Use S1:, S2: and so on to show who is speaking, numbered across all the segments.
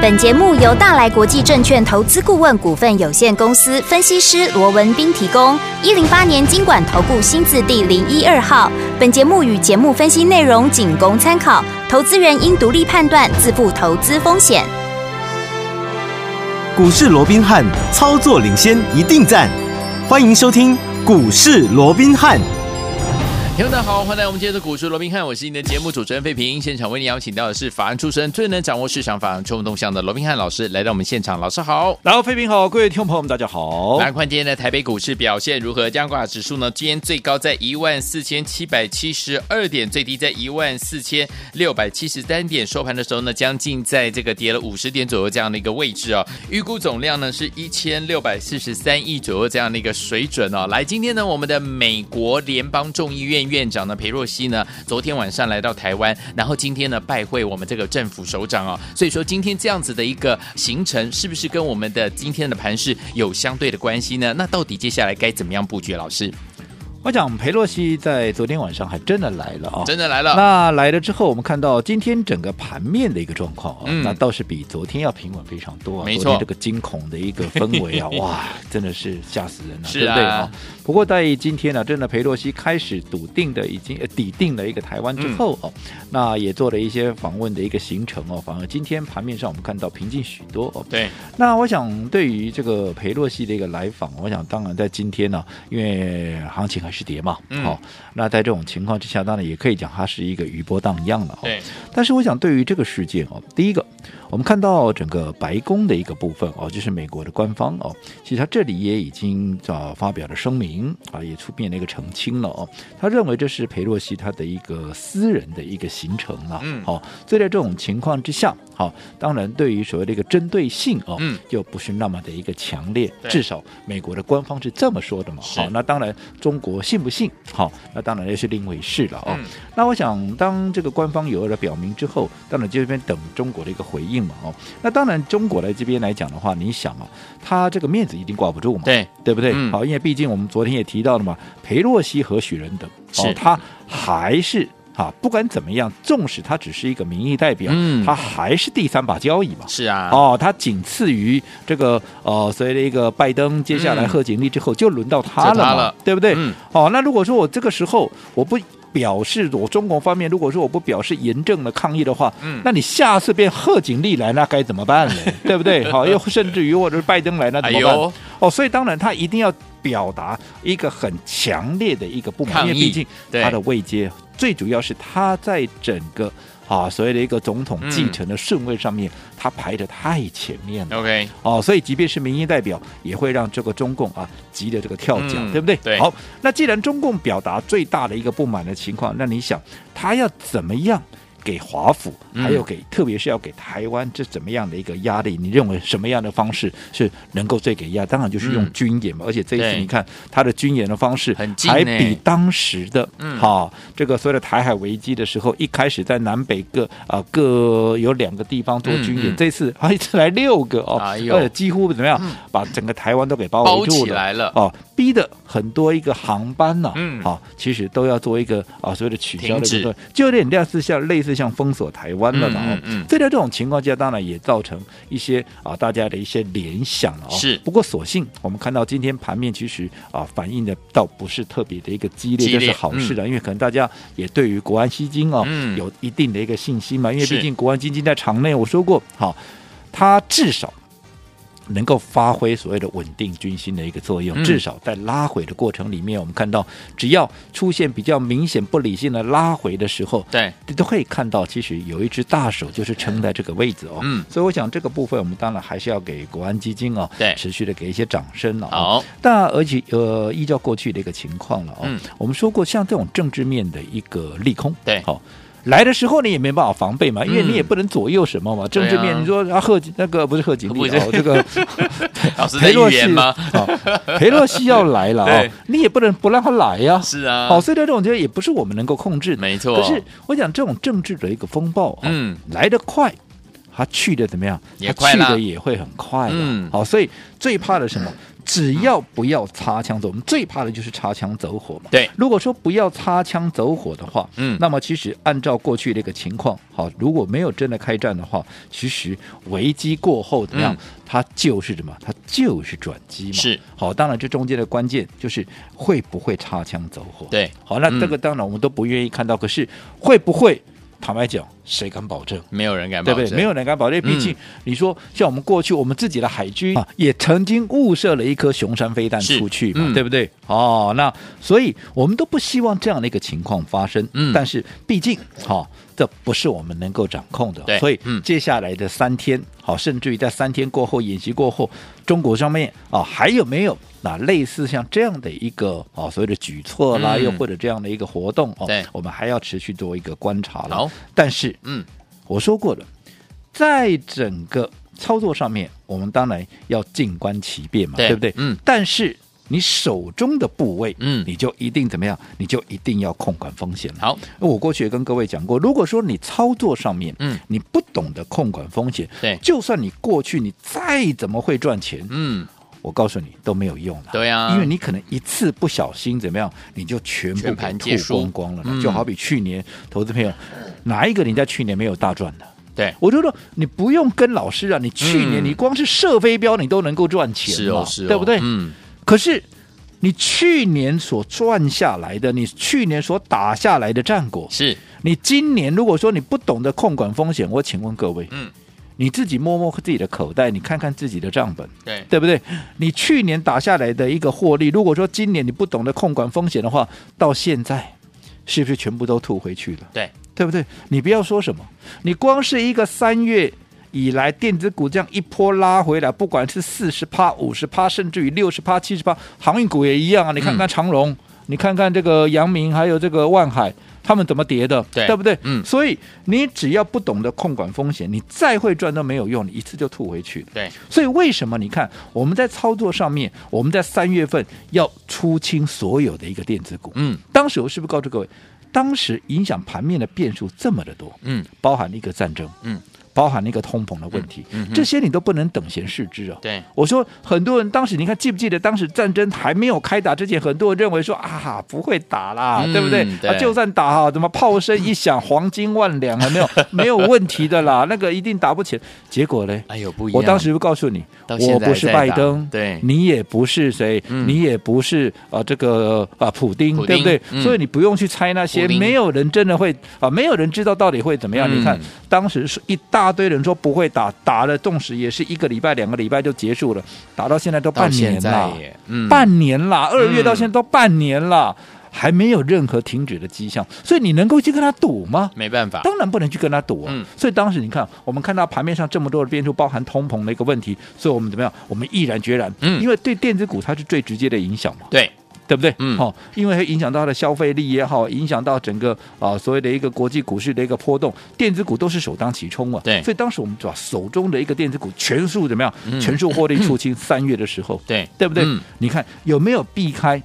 S1: 本节目由大来国际证券投资顾问股份有限公司分析师罗文斌提供。一零八年经管投顾新字第零一二号。本节目与节目分析内容仅供参考，投资人应独立判断，自负投资风险。
S2: 股市罗宾汉，操作领先一定赞。欢迎收听股市罗宾汉。
S3: 听众大家好，欢迎来我们今天的股市罗宾汉，我是你的节目主持人费平。现场为你邀请到的是法案出身、最能掌握市场法案冲动向的罗宾汉老师来到我们现场，老师好。
S4: 然后，费平好，各位听众朋友们，大家好。
S3: 板块今天的台北股市表现如何？加挂指数呢？今天最高在一万四千七百七十二点，最低在一万四千六百七十三点，收盘的时候呢，将近在这个跌了五十点左右这样的一个位置哦。预估总量呢是一千六百四十三亿左右这样的一个水准哦。来，今天呢，我们的美国联邦众议院院长呢裴若曦呢，昨天晚上来到台湾，然后今天呢拜会我们这个政府首长哦。所以说今天这样子的一个行程，是不是跟我们的今天的盘势有相对的关系呢？那到底接下来该怎么样布局？老师
S4: 我讲裴洛西在昨天晚上还真的来了啊、
S3: 真的来了，
S4: 那来了之后，我们看到今天整个盘面的一个状况啊、
S3: 嗯
S4: 那倒是比昨天要平稳非常多啊。
S3: 没错
S4: 昨天这个惊恐的一个氛围 啊，哇，真的是吓死人了，
S3: 是
S4: 对
S3: 啊
S4: 不对啊？不过在今天呢、真的裴洛西开始笃定的已经呃抵定了一个台湾之后哦、
S3: 嗯
S4: 那也做了一些访问的一个行程哦，反而今天盘面上我们看到平静许多哦。
S3: 对，
S4: 那我想，对于这个裴洛西的一个来访，我想当然在今天呢、因为行情还是跌嘛，好、
S3: 嗯
S4: 那在这种情况之下，当然也可以讲它是一个余波荡漾了、哦。
S3: 对，
S4: 但是我想，对于这个事件哦，第一个，我们看到整个白宫的一个部分哦，就是美国的官方哦，其实他这里也已经啊发表了声明啊，也出面了一个澄清了哦，他认为这是裴洛西他的一个私人的一个行程了，
S3: 嗯
S4: 好、所以在这种情况之下，好、当然对于所谓的一个针对性哦，
S3: 嗯
S4: 就不是那么的一个强烈，
S3: 对
S4: 至少美国的官方是这么说的嘛，
S3: 是
S4: 好、那当然中国信不信，好、那当然又是另一回事了哦。
S3: 嗯
S4: 那我想，当这个官方有了表明之后，当然就这边等中国的一个回应嘛，哦。那当然，中国来这边来讲的话，你想啊，他这个面子一定挂不住嘛，
S3: 对，
S4: 对不对？
S3: 嗯
S4: 好，因为毕竟我们昨天也提到了嘛，裴洛西和许仁德，
S3: 是
S4: 哦，他还是。啊，不管怎么样，纵使他只是一个民意代表，
S3: 嗯
S4: 他还是第三把交椅嘛。
S3: 是啊，
S4: 哦，他仅次于这个呃，所谓的一个拜登，接下来
S3: 嗯
S4: 贺锦丽之后就轮到他了
S3: 就他
S4: 嘛，
S3: 了
S4: 对不对？
S3: 嗯
S4: 哦，那如果说我这个时候我不表示我中国方面，如果说我不表示严正的抗议的话，
S3: 嗯
S4: 那你下次变贺锦丽来，那该怎么办呢？对 不对？好，又甚至于或者是拜登来，那怎么
S3: 哎
S4: 办？
S3: 呦
S4: 哦，所以当然他一定要表达一个很强烈的一个不满，
S3: 抗
S4: 因为
S3: 议
S4: 毕竟
S3: 对
S4: 他的位阶最主要是他在整个。啊，所谓的一个总统继
S3: 嗯
S4: 承的顺位上面，他排的太前面了。
S3: OK，
S4: 哦，所以即便是民意代表，也会让这个中共啊急得这个跳脚，
S3: 嗯
S4: 对不对？
S3: 对
S4: 好，那既然中共表达最大的一个不满的情况，那你想他要怎么样？给华府，
S3: 嗯
S4: 还有给，特别是要给台湾，这怎么样的一个压力？你认为什么样的方式是能够最给压？当然就是用
S3: 嗯
S4: 军演嘛。而且这一次
S3: 对
S4: 你看他的军演的方式
S3: 很，近
S4: 还
S3: 呢
S4: 比当时的
S3: 嗯
S4: 好、这个所谓的台海危机的时候，一开始在南北各啊、各有两个地方做
S3: 嗯
S4: 军演，
S3: 嗯
S4: 这次啊一次来六个哦，
S3: 哎
S4: 而
S3: 呦
S4: 且几乎怎么样，把整个台湾都给包
S3: 嗯包
S4: 围住
S3: 起
S4: 了。
S3: 来了，
S4: 哦，逼的很多一个航班呐、
S3: 嗯
S4: 啊，其实都要做一个啊所谓的取消的
S3: 停止
S4: 一个，就有点类似像类似像封锁台湾了嘛、
S3: 嗯
S4: 哦
S3: 嗯嗯
S4: 所以在这种情况下，当然也造成一些啊大家的一些联想了哦。
S3: 是
S4: 不过所幸我们看到今天盘面其实啊反映的倒不是特别的一个激烈，
S3: 激烈
S4: 这是好事的、啊因为可能大家也对于国安基金哦、
S3: 嗯
S4: 有一定的一个信心嘛，因为
S3: 是
S4: 毕竟国安基金在场内我说过，好、它至少。能够发挥所谓的稳定军心的一个作用，
S3: 嗯
S4: 至少在拉回的过程里面，我们看到只要出现比较明显不理性的拉回的时候，
S3: 对，
S4: 你都可以看到，其实有一只大手就是撑在这个位置哦。
S3: 嗯
S4: 所以我想这个部分，我们当然还是要给国安基金哦，
S3: 对
S4: 持续的给一些掌声了、哦。
S3: 好，
S4: 那而且呃，依照过去的一个情况了哦，
S3: 嗯
S4: 我们说过，像这种政治面的一个利空，
S3: 对
S4: 好、来的时候你也没办法防备嘛，因为
S3: 嗯
S4: 你也不能左右什么嘛。政治
S3: 对啊
S4: 面，你说啊贺锦那个不是贺锦
S3: 不
S4: 丽
S3: 是
S4: 哦，这个
S3: 老师在
S4: 裴洛
S3: 预
S4: 西
S3: 言吗？
S4: 哦裴洛西要来 了哦
S3: 对，
S4: 你也不能不让他来呀、
S3: 是啊，
S4: 哦，所以在这种觉得也不是我们能够控制的。
S3: 没错，
S4: 可是我讲这种政治的一个风暴、哦，
S3: 嗯，
S4: 来得快，它去的怎么样？
S3: 也
S4: 它
S3: 快
S4: 去
S3: 了
S4: 的也会很快的。
S3: 嗯
S4: 好，所以最怕的是什么？只要不要擦枪走，我们最怕的就是擦枪走火嘛。
S3: 对
S4: 如果说不要擦枪走火的话，
S3: 嗯
S4: 那么其实按照过去的一个情况，好，如果没有真的开战的话，其实危机过后怎么样？
S3: 嗯
S4: 它就是什么？它就是转机嘛。
S3: 是
S4: 好，当然这中间的关键就是会不会擦枪走火。
S3: 对
S4: 好，那
S3: 嗯
S4: 这个当然我们都不愿意看到，可是会不会？坦白讲，谁敢保证？
S3: 没有人敢保
S4: 对
S3: 证，
S4: 不对？没有人敢保证，毕竟
S3: 嗯
S4: 你说像我们过去我们自己的海军啊，也曾经误射了一颗熊山飞弹
S3: 是
S4: 出去嘛，
S3: 嗯
S4: 对不对？哦，那所以我们都不希望这样的一个情况发生。
S3: 嗯
S4: 但是毕竟哈、哦这不是我们能够掌控
S3: 对
S4: 的，所以
S3: 嗯
S4: 接下来的三天，好、甚至于在三天过后演习过后，中国上面啊还有没有？那类似像这样的一个啊所谓的举措啦，
S3: 嗯
S4: 又或者这样的一个活动哦
S3: 对，
S4: 我们还要持续做一个观察了。
S3: 好，
S4: 但是
S3: 嗯，
S4: 我说过了，在整个操作上面，我们当然要静观其变嘛，
S3: 对
S4: 不对？
S3: 嗯
S4: 但是。你手中的部位，
S3: 嗯
S4: 你就一定怎么样？你就一定要控管风险了。
S3: 好，
S4: 我过去也跟各位讲过，如果说你操作上面，
S3: 嗯
S4: 你不懂得控管风险，
S3: 对
S4: 就算你过去你再怎么会赚钱，
S3: 嗯，
S4: 我告诉你都没有用了。
S3: 对啊
S4: 因为你可能一次不小心怎么样，你就全部
S3: 全
S4: 给
S3: 盘
S4: 吐
S3: 皆输
S4: 光光了呢。
S3: 嗯
S4: 就好比去年投资朋友，哪一个人在去年没有大赚的？
S3: 对，
S4: 我就说你不用跟老师啊，你去年
S3: 嗯
S4: 你光是射飞镖你都能够赚钱
S3: 是
S4: 嘛，
S3: 哦，是哦，
S4: 对不对？
S3: 嗯，
S4: 可是你去年所赚下来的，你去年所打下来的战果，
S3: 是，
S4: 你今年如果说你不懂得控管风险，我请问各位，
S3: 嗯，
S4: 你自己摸摸自己的口袋，你看看自己的账本，
S3: 对，
S4: 对不对？你去年打下来的一个获利，如果说今年你不懂得控管风险的话，到现在是不是全部都吐回去了？
S3: 对，
S4: 对不对？你不要说什么，你光是一个三月以来电子股这样一波拉回来，不管是四十趴、五十趴，甚至于六十趴、七十趴，航运股也一样啊。你
S3: 嗯
S4: 看看长荣，你看看这个阳明，还有这个万海，他们怎么跌的，
S3: 对
S4: 不对？
S3: 嗯
S4: 所以你只要不懂得控管风险，你再会赚都没有用，你一次就吐回去了。
S3: 对，
S4: 所以为什么你看我们在操作上面，我们在三月份要出清所有的一个电子股？
S3: 嗯，
S4: 当时我是不是告诉各位，当时影响盘面的变数这么的多，
S3: 嗯，
S4: 包含一个战争，
S3: 嗯，
S4: 包含一个通膨的问题，
S3: 嗯嗯哼
S4: 这些你都不能等闲视之啊。
S3: 对，
S4: 我说很多人当时你看记不记得，当时战争还没有开打之前，很多人认为说啊不会打啦，
S3: 嗯
S4: 对不对？
S3: 对
S4: 啊，就算打哈，怎么炮声一响，黄金万两啊，没有没有问题的啦，那个一定打不起。结果嘞，
S3: 哎呦，不一样，
S4: 我当时就告诉你，
S3: 到现在
S4: 我不是拜登，
S3: 还在打对
S4: 你也不是谁，
S3: 嗯
S4: 你也不是啊、呃这个啊、呃普丁，
S3: 普丁
S4: 对不对？
S3: 嗯
S4: 所以你不用去猜那些，
S3: 普丁
S4: 没有人真的会啊、没有人知道到底会怎么样。
S3: 嗯
S4: 你看当时是一大堆人说不会打，打了纵使也是一个礼拜、两个礼拜就结束了，打到现在都
S3: 到
S4: 半
S3: 现
S4: 年
S3: 在
S4: 了，
S3: 耶，嗯，
S4: 半年啦，二月
S3: 嗯
S4: 到现在都半年了。还没有任何停止的迹象，所以你能够去跟他赌吗？
S3: 没办法，
S4: 当然不能去跟他赌啊。
S3: 嗯
S4: 所以当时你看，我们看到盘面上这么多的变数，包含通膨的一个问题，所以我们怎么样？我们毅然决然，
S3: 嗯
S4: 因为对电子股它是最直接的影响嘛，
S3: 对，
S4: 对不对？
S3: 嗯
S4: 哦，因为会影响到它的消费力也好，影响到整个啊、所谓的一个国际股市的一个波动，电子股都是首当其冲嘛。
S3: 对嗯
S4: 所以当时我们把手中的一个电子股全数怎么样？全数获利出清，三月的时候，
S3: 对，
S4: 对不对？
S3: 嗯
S4: 你看有没有避开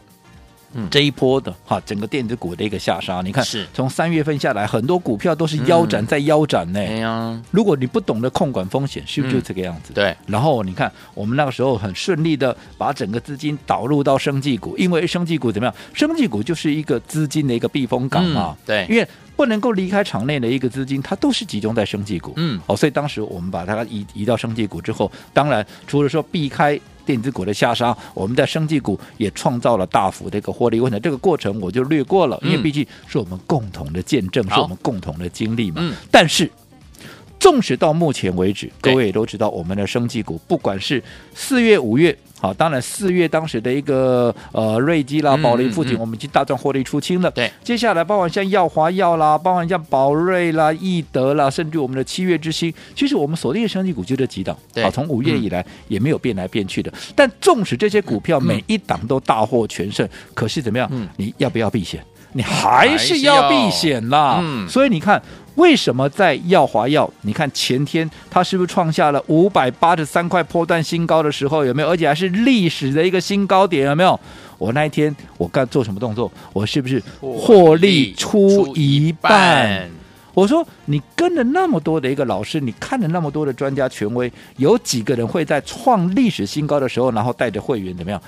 S3: 嗯？
S4: 这一波的哈，整个电子股的一个下杀，你看
S3: 是嗯
S4: 从三月份下来，很多股票都是腰斩再腰斩呢、
S3: 哎呀，
S4: 如果你不懂得控管风险，是不是就这个样子？。
S3: 对，
S4: 然后你看，我们那个时候很顺利的把整个资金导入到生技股，因为生技股怎么样？生技股就是一个资金的一个避风港
S3: 嗯，
S4: 嘛
S3: 对
S4: 因为不能够离开场内的一个资金，它都是集中在生技股，
S3: 嗯
S4: 哦，所以当时我们把它移移到生技股之后，当然除了说避开。电子股的下杀，我们在生技股也创造了大幅的一个获利问题。这个过程我就略过了，因为
S3: 嗯
S4: 毕竟是我们共同的见证，是
S3: 好
S4: 我们共同的经历嘛。
S3: 嗯
S4: 但是纵使到目前为止，
S3: 对
S4: 各位也都知道，我们的生技股，不管是四月、五月，好、当然四月当时的一个呃瑞基啦、
S3: 嗯
S4: 宝林附近，
S3: 嗯嗯
S4: 我们已经大赚获利出清了。
S3: 对，
S4: 接下来包含像耀华药啦，包含像宝瑞啦、易德啦，甚至我们的七月之星，其实我们锁定的生技股就这几档，
S3: 对
S4: 好、从五月
S3: 嗯
S4: 以来也没有变来变去的。但纵使这些股票每一档都大获全胜，可是怎么样？
S3: 嗯
S4: 你要不要避险？你还
S3: 还是
S4: 是要避
S3: 要
S4: 险啦。
S3: 嗯
S4: 所以你看，为什么在耀华药？你看前天它是不是创下了五百八十三块破断新高的时候，有没有？而且还是历史的一个新高点，有没有？我那一天我干做什么动作？我是不是获利出一半？，我说你跟了那么多的一个老师，你看了那么多的专家权威，有几个人会在创历史新高的时候，然后带着会员怎么样，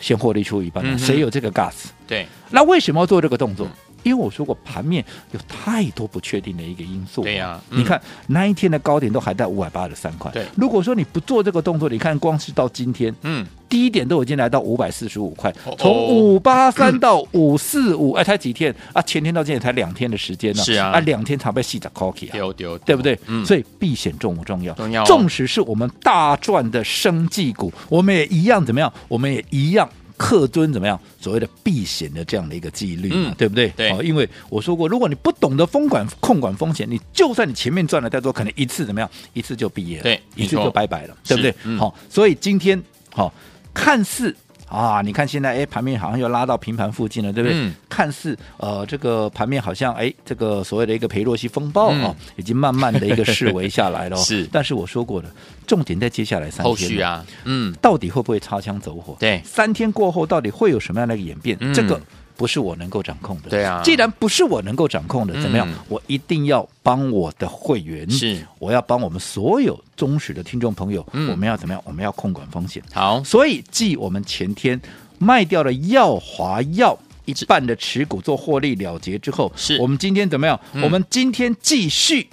S4: 先获利出一半呢？
S3: 嗯哼
S4: 谁有这个 gas？
S3: 对，
S4: 那为什么要做这个动作？
S3: 嗯
S4: 因为我说过，盘面有太多不确定的一个因素。啊
S3: 对呀嗯
S4: 你看那一天的高点都还在五百八十三块。
S3: 对
S4: 如果说你不做这个动作，你看光是到今天，
S3: 嗯，
S4: 低点都已经来到五百四十五块
S3: 哦哦，
S4: 从五八三到五四五，哎，才几天啊？前天到今天才两天的时间呢。
S3: 是啊
S4: 啊，两天才被细涨 coffee 啊。
S3: 丢丢，
S4: 对不对？
S3: 嗯，
S4: 所以避险重不重要？
S3: 重要哦
S4: 纵使是我们大赚的生技股，我们也一样怎么样？我们也一样克尊怎么样？所谓的避险的这样的一个纪律嘛，
S3: 嗯
S4: 对不对？
S3: 对
S4: 哦因为我说过，如果你不懂得风管控管风险，你就算你前面赚了再多，可能一次怎么样？一次就毕业了，
S3: 对
S4: 一次
S3: 没错
S4: 就拜拜了，对不对
S3: 是？嗯
S4: 好、所以今天好、看似。啊，你看现在哎，盘面好像又拉到平盘附近了，对不对？
S3: 嗯
S4: 看似呃，这个盘面好像哎，这个所谓的一个裴洛西风暴啊、
S3: 嗯
S4: 哦已经慢慢的一个示威下来了、哦。
S3: 是
S4: 但是我说过的，重点在接下来三天
S3: 后续，啊，嗯，
S4: 到底会不会擦枪走火？
S3: 对
S4: 三天过后到底会有什么样的一个演变？
S3: 嗯
S4: 这个不是我能够掌控的。
S3: 对啊
S4: 既然不是我能够掌控的，怎么样
S3: 嗯？
S4: 我一定要帮我的会员，
S3: 是
S4: 我要帮我们所有忠实的听众朋友，
S3: 嗯
S4: 我们要怎么样？我们要控管风险。
S3: 好，
S4: 所以继我们前天卖掉了耀华药。一半的持股做获利了结之后，
S3: 是
S4: 我们今天怎么样？
S3: 嗯
S4: 我们今天继续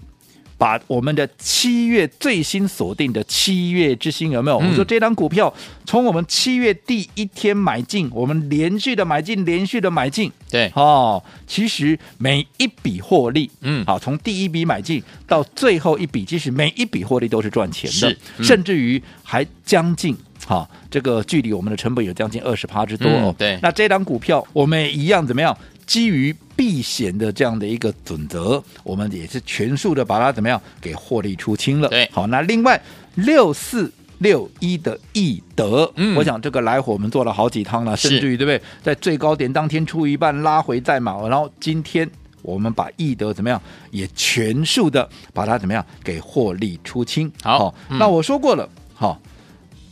S4: 把我们的七月最新锁定的七月之星有没
S3: 嗯
S4: 有？我们说这张股票从我们七月第一天买进，我们连续的买进，连续的买进，
S3: 对，
S4: 哦，其实每一笔获利，
S3: 嗯
S4: 好，从第一笔买进到最后一笔，其实每一笔获利都是赚钱的
S3: 是，嗯
S4: 甚至于还将近。好，这个距离我们的成本有将近二十趴之多
S3: 嗯。
S4: 哦
S3: 对
S4: 那这档股票我们也一样怎么样？基于避险的这样的一个准则，我们也是全数的把它怎么样给获利出清了。
S3: 对
S4: 好，那另外六四六一的易德，
S3: 嗯
S4: 我想这个来回我们做了好几趟了，
S3: 是
S4: 甚至于对不对？在最高点当天出一半，拉回再买，然后今天。我们把易德怎么样，也全数的把它怎么样给获利出清。
S3: 好
S4: 哦
S3: 嗯
S4: 那我说过了，好、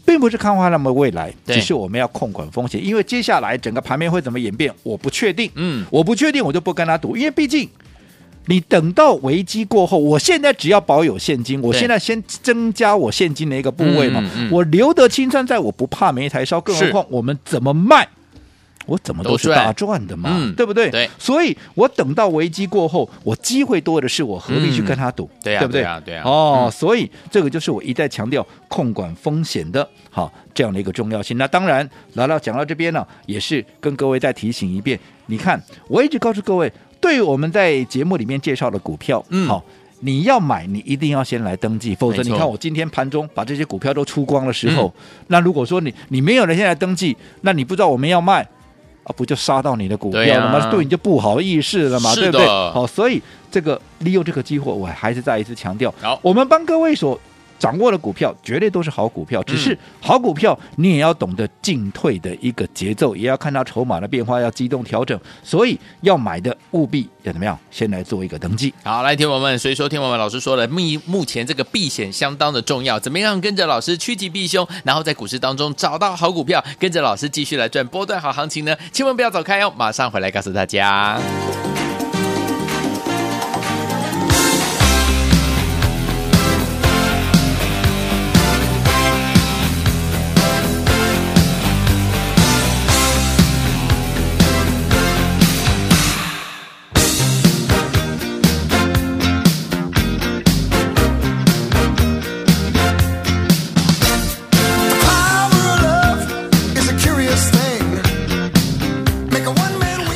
S4: 并不是看坏他们未来，
S3: 对
S4: 只是我们要控管风险，因为接下来整个盘面会怎么演变，我不确定。
S3: 嗯，
S4: 我不确定，我就不跟他赌，因为毕竟你等到危机过后，我现在只要保有现金，我现在先增加我现金的一个部位嘛，
S3: 嗯嗯嗯
S4: 我留得青山在，我不怕没柴烧，更何
S3: 是
S4: 况我们怎么卖？我怎么都是
S3: 都赚
S4: 大赚的嘛，
S3: 嗯
S4: 对不对？
S3: 对
S4: 所以我等到危机过后，我机会多的是，我何必去跟他赌？
S3: 嗯对呀
S4: 对不对？
S3: 对呀对呀
S4: 哦，
S3: 嗯
S4: 所以这个就是我一再强调控管风险的好这样的一个重要性。那当然，来到讲到这边呢，也是跟各位再提醒一遍。你看，我一直告诉各位，对于我们在节目里面介绍的股票，
S3: 嗯
S4: 好。你要买，你一定要先来登记，否则
S3: 没
S4: 你
S3: 错
S4: 看哦我今天盘中把这些股票都出光的时候，
S3: 嗯
S4: 那如果说你你没有人先来登记，那你不知道我们要卖啊，不就杀到你的股
S3: 对
S4: 票了
S3: 啊
S4: 吗？对你就不好意思了嘛，
S3: 是
S4: 对
S3: 的
S4: 不对？好，所以这个利用这个机会，我还是再一次强调，
S3: 好
S4: 我们帮各位所掌握的股票，绝对都是好股票，
S3: 嗯
S4: 只是好股票你也要懂得进退的一个节奏，也要看到筹码的变化，要机动调整，所以要买的务必要怎么样，先来做一个登记。
S3: 好，来，听我们，所以说，听我们老师说了，目目前这个避险相当的重要，怎么样跟着老师趋吉避凶，然后在股市当中找到好股票，跟着老师继续来赚波段好行情呢？千万不要走开哦，马上回来告诉大家。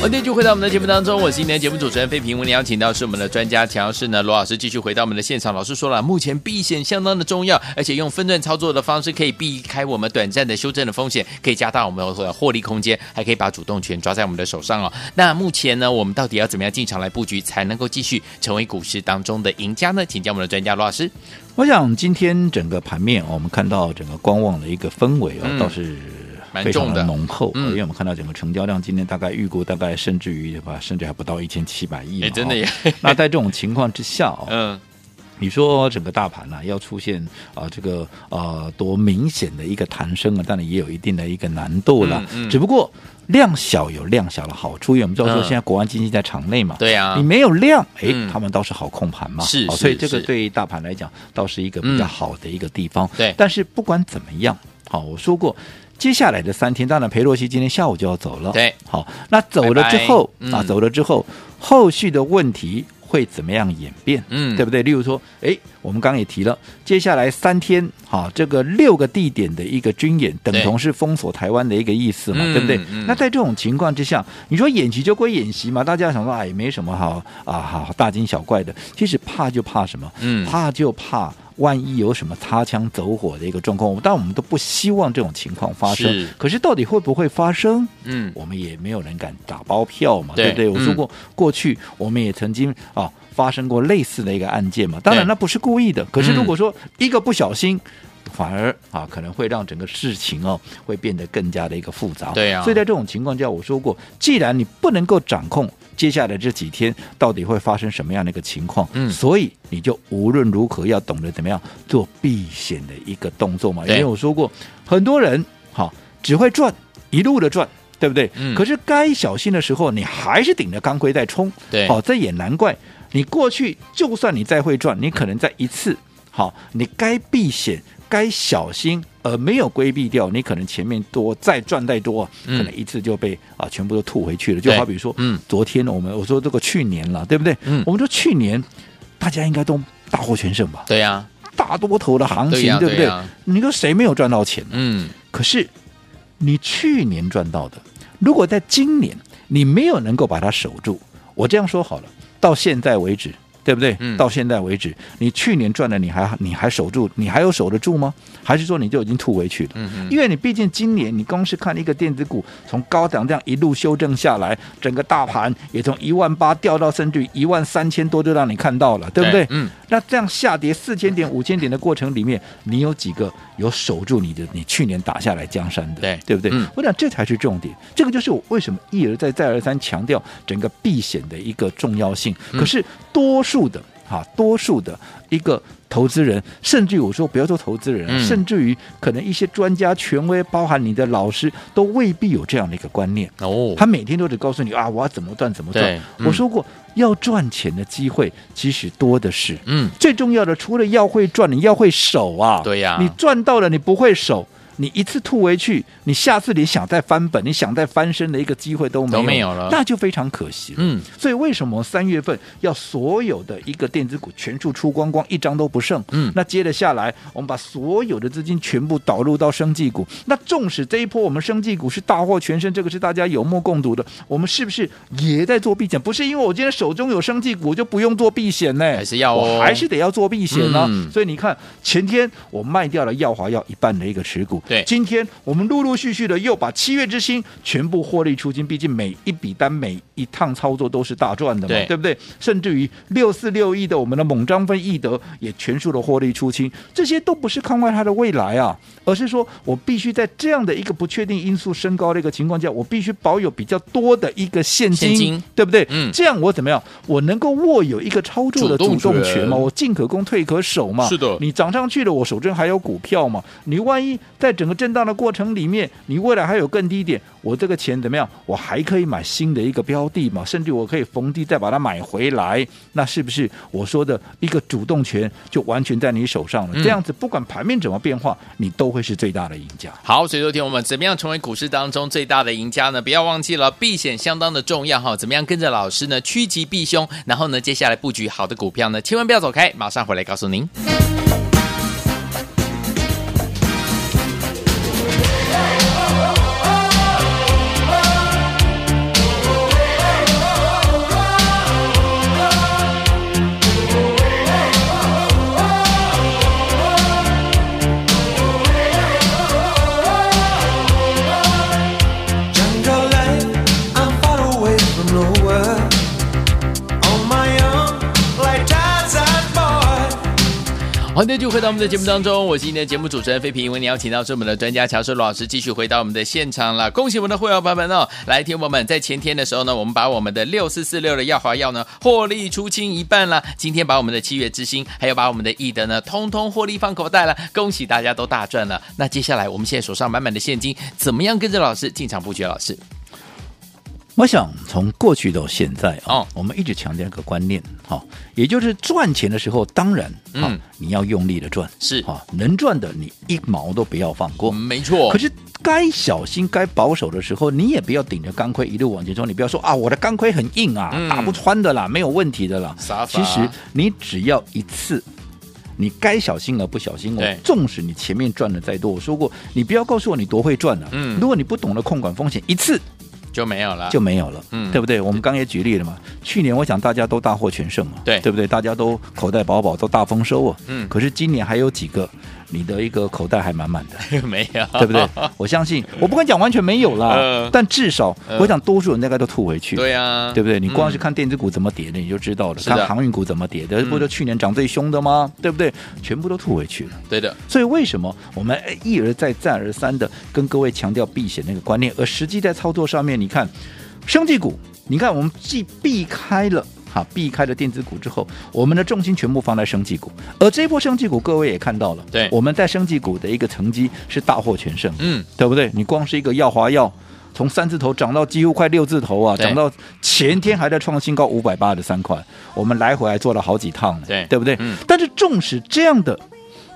S3: 欢迎继续回到我们的节目当中，我是今天的节目主持人费平。我们邀请到是我们的专家强势呢罗老师，继续回到我们的现场。老师说了，目前避险相当的重要，而且用分段操作的方式可以避开我们短暂的修正的风险，可以加大我们的获利空间，还可以把主动权抓在我们的手上哦。那目前呢，我们到底要怎么样进场来布局，才能够继续成为股市当中的赢家呢？请教我们的专家罗老师。
S4: 我想今天整个盘面，我们看到整个观望的一个氛围哦，
S3: 嗯
S4: 倒是。
S3: 蛮
S4: 非常
S3: 重的
S4: 浓厚，哦
S3: 嗯
S4: 因为我们看到整个成交量今天大概预估大概甚 至于吧，甚至还不到一千七百亿嘛哦。
S3: 哎真的耶
S4: 那在这种情况之下哦，
S3: 嗯，
S4: 你说整个大盘呢、要出现啊、这个呃多明显的一个弹升啊，当然也有一定的一个难度了。
S3: 嗯嗯
S4: 只不过量小有量小的好处，因为我们知道说
S3: 嗯
S4: 现在国安经济在场内嘛，
S3: 对啊
S4: 你，没有量，哎、
S3: 嗯
S4: 他们倒是好控盘嘛，
S3: 是
S4: 好
S3: 是
S4: 所以这个
S3: 是
S4: 对于大盘来讲倒是一个比较
S3: 嗯哎
S4: 好的一个地方。
S3: 对
S4: 但是不管怎么样，好，我说过。接下来的三天，当然裴洛西今天下午就要走了。
S3: 对
S4: 好，那走了之后
S3: 拜拜
S4: 啊，
S3: 嗯
S4: 走了之后，后续的问题会怎么样演变？
S3: 嗯
S4: 对不对？例如说，哎，我们刚刚也提了，接下来三天，哈、这个六个地点的一个军演，等
S3: 对
S4: 同是封锁台湾的一个意思嘛，
S3: 嗯
S4: 对不对？
S3: 嗯
S4: 那在这种情况之下，你说演习就归演习嘛，大家想说，哎，没什么好啊，好大惊小怪的。其实怕就怕什么？
S3: 嗯
S4: 怕就怕。万一有什么擦枪走火的一个状况，但我们都不希望这种情况发生。
S3: 是
S4: 可是到底会不会发生？
S3: 嗯，
S4: 我们也没有人敢打包票嘛，
S3: 对
S4: 对不对？我说
S3: 嗯
S4: 过，过去我们也曾经啊发生过类似的一个案件嘛，当然
S3: 对
S4: 那不是故意的，可是
S3: 嗯
S4: 如果说一个不小心。反而啊，可能会让整个事情哦，会变得更加的一个复杂。
S3: 对啊
S4: 所以在这种情况下，我说过，既然你不能够掌控接下来这几天到底会发生什么样的一个情况，
S3: 嗯
S4: 所以你就无论如何要懂得怎么样做避险的一个动作嘛。因
S3: 对
S4: 为我说过，很多人好、只会赚，一路的赚，对不对？
S3: 嗯
S4: 可是该小心的时候，你还是顶着钢盔在冲。
S3: 对
S4: 好、这也难怪。你过去就算你再会赚，你可能在一次，好、你该避险、该小心，而没有规避掉，你可能前面多再赚再多，
S3: 嗯
S4: 可能一次就被啊全部都吐回去了。就
S3: 对
S4: 好比说，
S3: 嗯，
S4: 昨天我们我说这个去年了，对不对？
S3: 嗯
S4: 我们说去年大家应该都大获全胜吧，
S3: 对啊呀，
S4: 大多头的行
S3: 啊对
S4: 情，
S3: 呀
S4: 对不
S3: 对
S4: 对
S3: 呀？
S4: 你说谁没有赚到钱呢？
S3: 嗯，
S4: 可是你去年赚到的，如果在今年你没有能够把它守住，我这样说好了，到现在为止，对不对？
S3: 嗯
S4: 到现在为止，你去年赚的，你还你还守住，你还有守得住吗？还是说你就已经吐回去了？
S3: 嗯哼
S4: 因为你毕竟今年你光是看一个电子股从高档这样一路修正下来，整个大盘也从一万八掉到甚至一万三千多，就让你看到了，对不对？
S3: 嗯，
S4: 那这样下跌四千点、五千点的过程里面，你有几个有守住你的你去年打下来江山的，
S3: 对
S4: 对不对？
S3: 嗯
S4: 我想这才是重点，这个就是我为什么一而再、再而三强调整个避险的一个重要性。
S3: 嗯
S4: 可是多数的哈、多数的一个投资人，甚至于我说不要说投资人啊、
S3: 嗯
S4: 甚至于可能一些专家、权威，包含你的老师，都未必有这样的一个观念。
S3: 哦，
S4: 他每天都只告诉你啊，我要怎么赚怎么赚
S3: 对。嗯
S4: 我说过，要赚钱的机会其实多的是。
S3: 嗯，
S4: 最重要的，除了要会赚，你要会守啊。
S3: 对呀
S4: 你赚到了，你不会守，你一次吐回去，你下次你想再翻本，你想再翻身的一个机会都没有，
S3: 都没有了
S4: 那就非常可惜了。
S3: 嗯，
S4: 所以为什么三月份要所有的一个电子股全数出光光，一张都不剩？
S3: 嗯
S4: 那接着下来，我们把所有的资金全部导入到生技股。那纵使这一波我们生技股是大获全胜，这个是大家有目共睹的，我们是不是也在做避险？不是因为我今天手中有生技股我就不用做避险呢？
S3: 还是要哦
S4: 我还是得要做避险呢、
S3: 嗯
S4: 所以你看，前天我卖掉了耀华药一半的一个持股，
S3: 对
S4: 今天我们陆陆续续的又把七月之星全部获利出金，毕竟每一笔单每一趟操作都是大赚的嘛，
S3: 对
S4: 对不对？甚至于六四六亿的我们的猛张分易德也全数的获利出清，这些都不是看坏它的未来啊，而是说我必须在这样的一个不确定因素升高的一个情况下，我必须保有比较多的一个现金，
S3: 现金
S4: 对不对？
S3: 嗯
S4: 这样我怎么样？我能够握有一个操作的
S3: 主动
S4: 主动
S3: 权
S4: 权嘛？我进可攻，退可守嘛。
S3: 是的
S4: 你涨上去了，我手中还有股票嘛？你万一在整个震荡的过程里面，你未来还有更低点，我这个钱怎么样？我还可以买新的一个标的嘛？甚至我可以逢低再把它买回来，那是不是我说的一个主动权就完全在你手上了？
S3: 嗯
S4: 这样子，不管盘面怎么变化，你都会是最大的赢家。
S3: 好，所以昨天我们怎么样成为股市当中最大的赢家呢？不要忘记了，避险相当的重要哈。怎么样跟着老师呢，趋吉避凶，然后呢，接下来布局好的股票呢，千万不要走开，马上回来告诉您。
S5: Jungle life, I'm far away from nowhere. On my own, like Tarzan boy.
S3: 欢迎欢迎继续回到我们的节目当中，我是今天的节目主持人费平，为您邀请到是我们的专家乔世罗老师，继续回到我们的现场了。恭喜我们的会员朋友们哦！来，听友们，在前天的时候呢，我们把我们的六四四六的耀华药呢获利出清一半了，今天把我们的七月之星，还有把我们的易德呢，通通获利放口袋了，恭喜大家都大赚了。那接下来我们现在手上满满的现金，怎么样跟着老师进场布局？老师，
S4: 我想从过去到现在啊、
S3: 哦
S4: 我们一直强调一个观念，哈、也就是赚钱的时候，当然，啊
S3: 嗯
S4: 你要用力的赚，
S3: 是嗯
S4: 啊、能赚的你一毛都不要放过。哦
S3: 没错
S4: 可，是该小心、该保守的时候，你也不要顶着钢盔一路往前冲。你不要说啊，我的钢盔很硬啊，
S3: 嗯
S4: 打不穿的啦，没有问题的啦
S3: 傻。法
S4: 其实你只要一次。你该小心而不小心哦
S3: 对，
S4: 纵使你前面赚的再多，我说过，你不要告诉我你多会赚啊。
S3: 嗯
S4: 如果你不懂得控管风险，一次
S3: 就没有了，
S4: 就没有了，
S3: 嗯
S4: 对不对？我们刚也举例了嘛，去年我想大家都大获全胜嘛，
S3: 对
S4: 对不对？大家都口袋饱饱，都大丰收啊。
S3: 嗯
S4: 可是今年还有几个，你的一个口袋还满满 的，
S3: 没有，
S4: 对不对？我相信，我不敢讲完全没有啦，
S3: 嗯
S4: 但至少、我想多数人大概都吐回去，
S3: 对啊，
S4: 对不对？你光是
S3: 嗯
S4: 看电子股怎么跌的，你就知道了。
S3: 是的嗯
S4: 看航运股怎么跌的，不就去年涨最凶的吗？对不对？全部都吐回去了。
S3: 对的，
S4: 所以为什么我们哎一而再、再而三的跟各位强调避险那个观念，而实际在操作上面，你看，生技股，你看我们既避开了。哈，避开了电子股之后，我们的重心全部放在生技股，而这一波生技股，各位也看到了，
S3: 对
S4: 我们在生技股的一个成绩是大获全胜的，
S3: 嗯，
S4: 对不对？你光是一个耀华药，从三字头涨到几乎快六字头啊，
S3: 对
S4: 涨到前天还在创新高五百八十三块，我们来回还做了好几趟呢，
S3: 对
S4: 对不对？
S3: 嗯
S4: 但是纵使这样的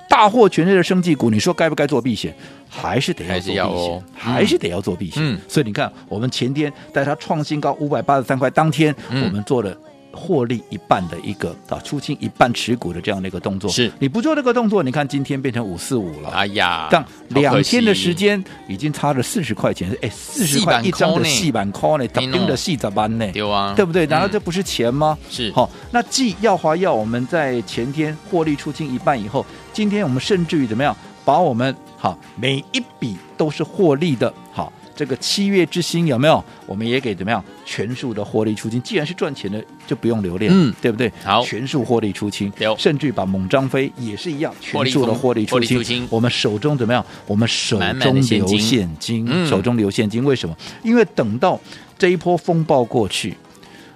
S4: 大获全胜的生技股，你说该不该做避险？还是得要
S3: 还
S4: 做
S3: 是
S4: 避
S3: 要
S4: 险，
S3: 哦
S4: 还是得要做避险。
S3: 嗯
S4: 所以你看，我们前天在它创新高五百八十三块当天，
S3: 嗯
S4: 我们做了。获利一半的一个啊，出清一半持股的这样的一个动作，
S3: 是
S4: 你不做这个动作，你看今天变成五四五了，
S3: 哎呀，
S4: 但
S3: 好可
S4: 两
S3: 惜
S4: 天的时间已经差了四十块钱，哎，四十块一张的细板 call 呢，
S3: 板
S4: 咋
S3: 块呢
S4: 盯的细咋办呢？
S3: 丢哎啊，
S4: 对不对？难道
S3: 嗯
S4: 这不是钱吗？
S3: 是
S4: 好、那继耀华药我们在前天获利出清一半以后，今天我们甚至于怎么样，把我们好每一笔都是获利的，好这个七月之星有没有？我们也给怎么样全数的获利出清。既然是赚钱的，就不用留恋，
S3: 嗯
S4: 对不对？
S3: 好
S4: 全数获利出清
S3: 有，
S4: 甚至于把猛张飞也是一样，全数的获利出
S3: 获利
S4: 清。
S3: 出清
S4: 我们手中怎么样？我们手
S3: 满满
S4: 中
S3: 的现
S4: 留
S3: 金
S4: 现金，
S3: 嗯
S4: 手中留现金，为什么？因为等到这一波风暴过去，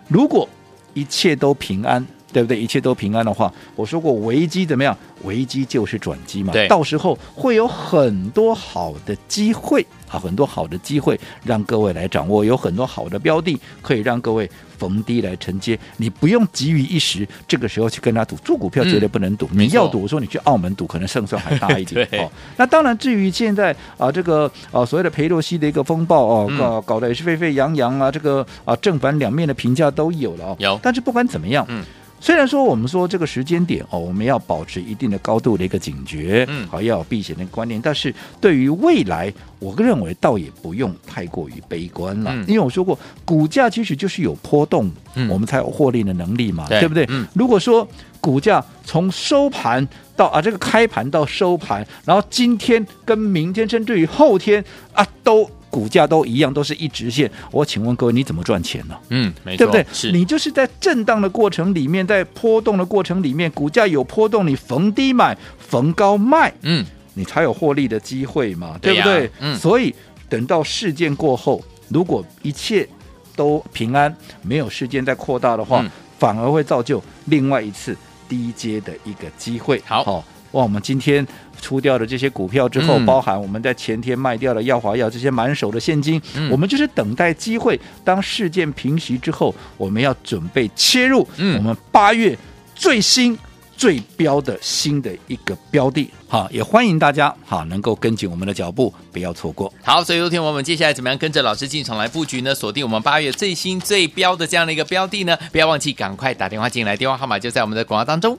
S4: 如果一切都平安，对不对？一切都平安的话，我说过危机怎么样？危机就是转机嘛
S3: 对。
S4: 到时候会有很多好的机会啊，很多好的机会让各位来掌握，有很多好的标的可以让各位逢低来承接。你不用急于一时，这个时候去跟他赌，做股票绝对不能赌。
S3: 嗯没
S4: 你
S3: 错
S4: 要赌，我说你去澳门赌，可能胜算还大一点。
S3: 对
S4: 哦，那当然，至于现在啊、这个啊、所谓的裴洛西的一个风暴哦，
S3: 嗯
S4: 搞、搞得也是沸沸扬扬啊，这个啊、正反两面的评价都有了哦。
S3: 有
S4: 但是不管怎么样，
S3: 嗯。
S4: 虽然说我们说这个时间点哦，我们要保持一定的高度的一个警觉，
S3: 嗯
S4: 好要有避险的观念，但是对于未来，我认为倒也不用太过于悲观了，
S3: 嗯
S4: 因为我说过，股价其实就是有波动，
S3: 嗯
S4: 我们才有获利的能力嘛，
S3: 对
S4: 不对？
S3: 嗯
S4: 如果说股价从收盘到啊这个开盘到收盘，然后今天跟明天甚至于后天啊都股价都一样，都是一直线，我请问各位你怎么赚钱呢？
S3: 嗯，没错，
S4: 对不对？
S3: 是
S4: 你就是在震荡的过程里面，在波动的过程里面，股价有波动，你逢低买，逢高卖，
S3: 嗯，
S4: 你才有获利的机会嘛，
S3: 对
S4: 对
S3: 呀
S4: 不对？
S3: 嗯
S4: 所以等到事件过后，如果一切都平安，没有事件再扩大的话，
S3: 嗯
S4: 反而会造就另外一次低阶的一个机会。
S3: 好
S4: 哦哇，我们今天出掉的这些股票之后，
S3: 嗯
S4: 包含我们在前天卖掉的耀华药这些满手的现金，
S3: 嗯
S4: 我们就是等待机会。当事件平息之后，我们要准备切入
S3: 嗯
S4: 我们八月最新最标的新的一个标的。好，也欢迎大家好能够跟紧我们的脚步，不要错过。
S3: 好，所以昨天我们接下来怎么样跟着老师进场来布局呢？锁定我们八月最新最标的这样的一个标的呢？不要忘记赶快打电话进来，电话号码就在我们的广告当中。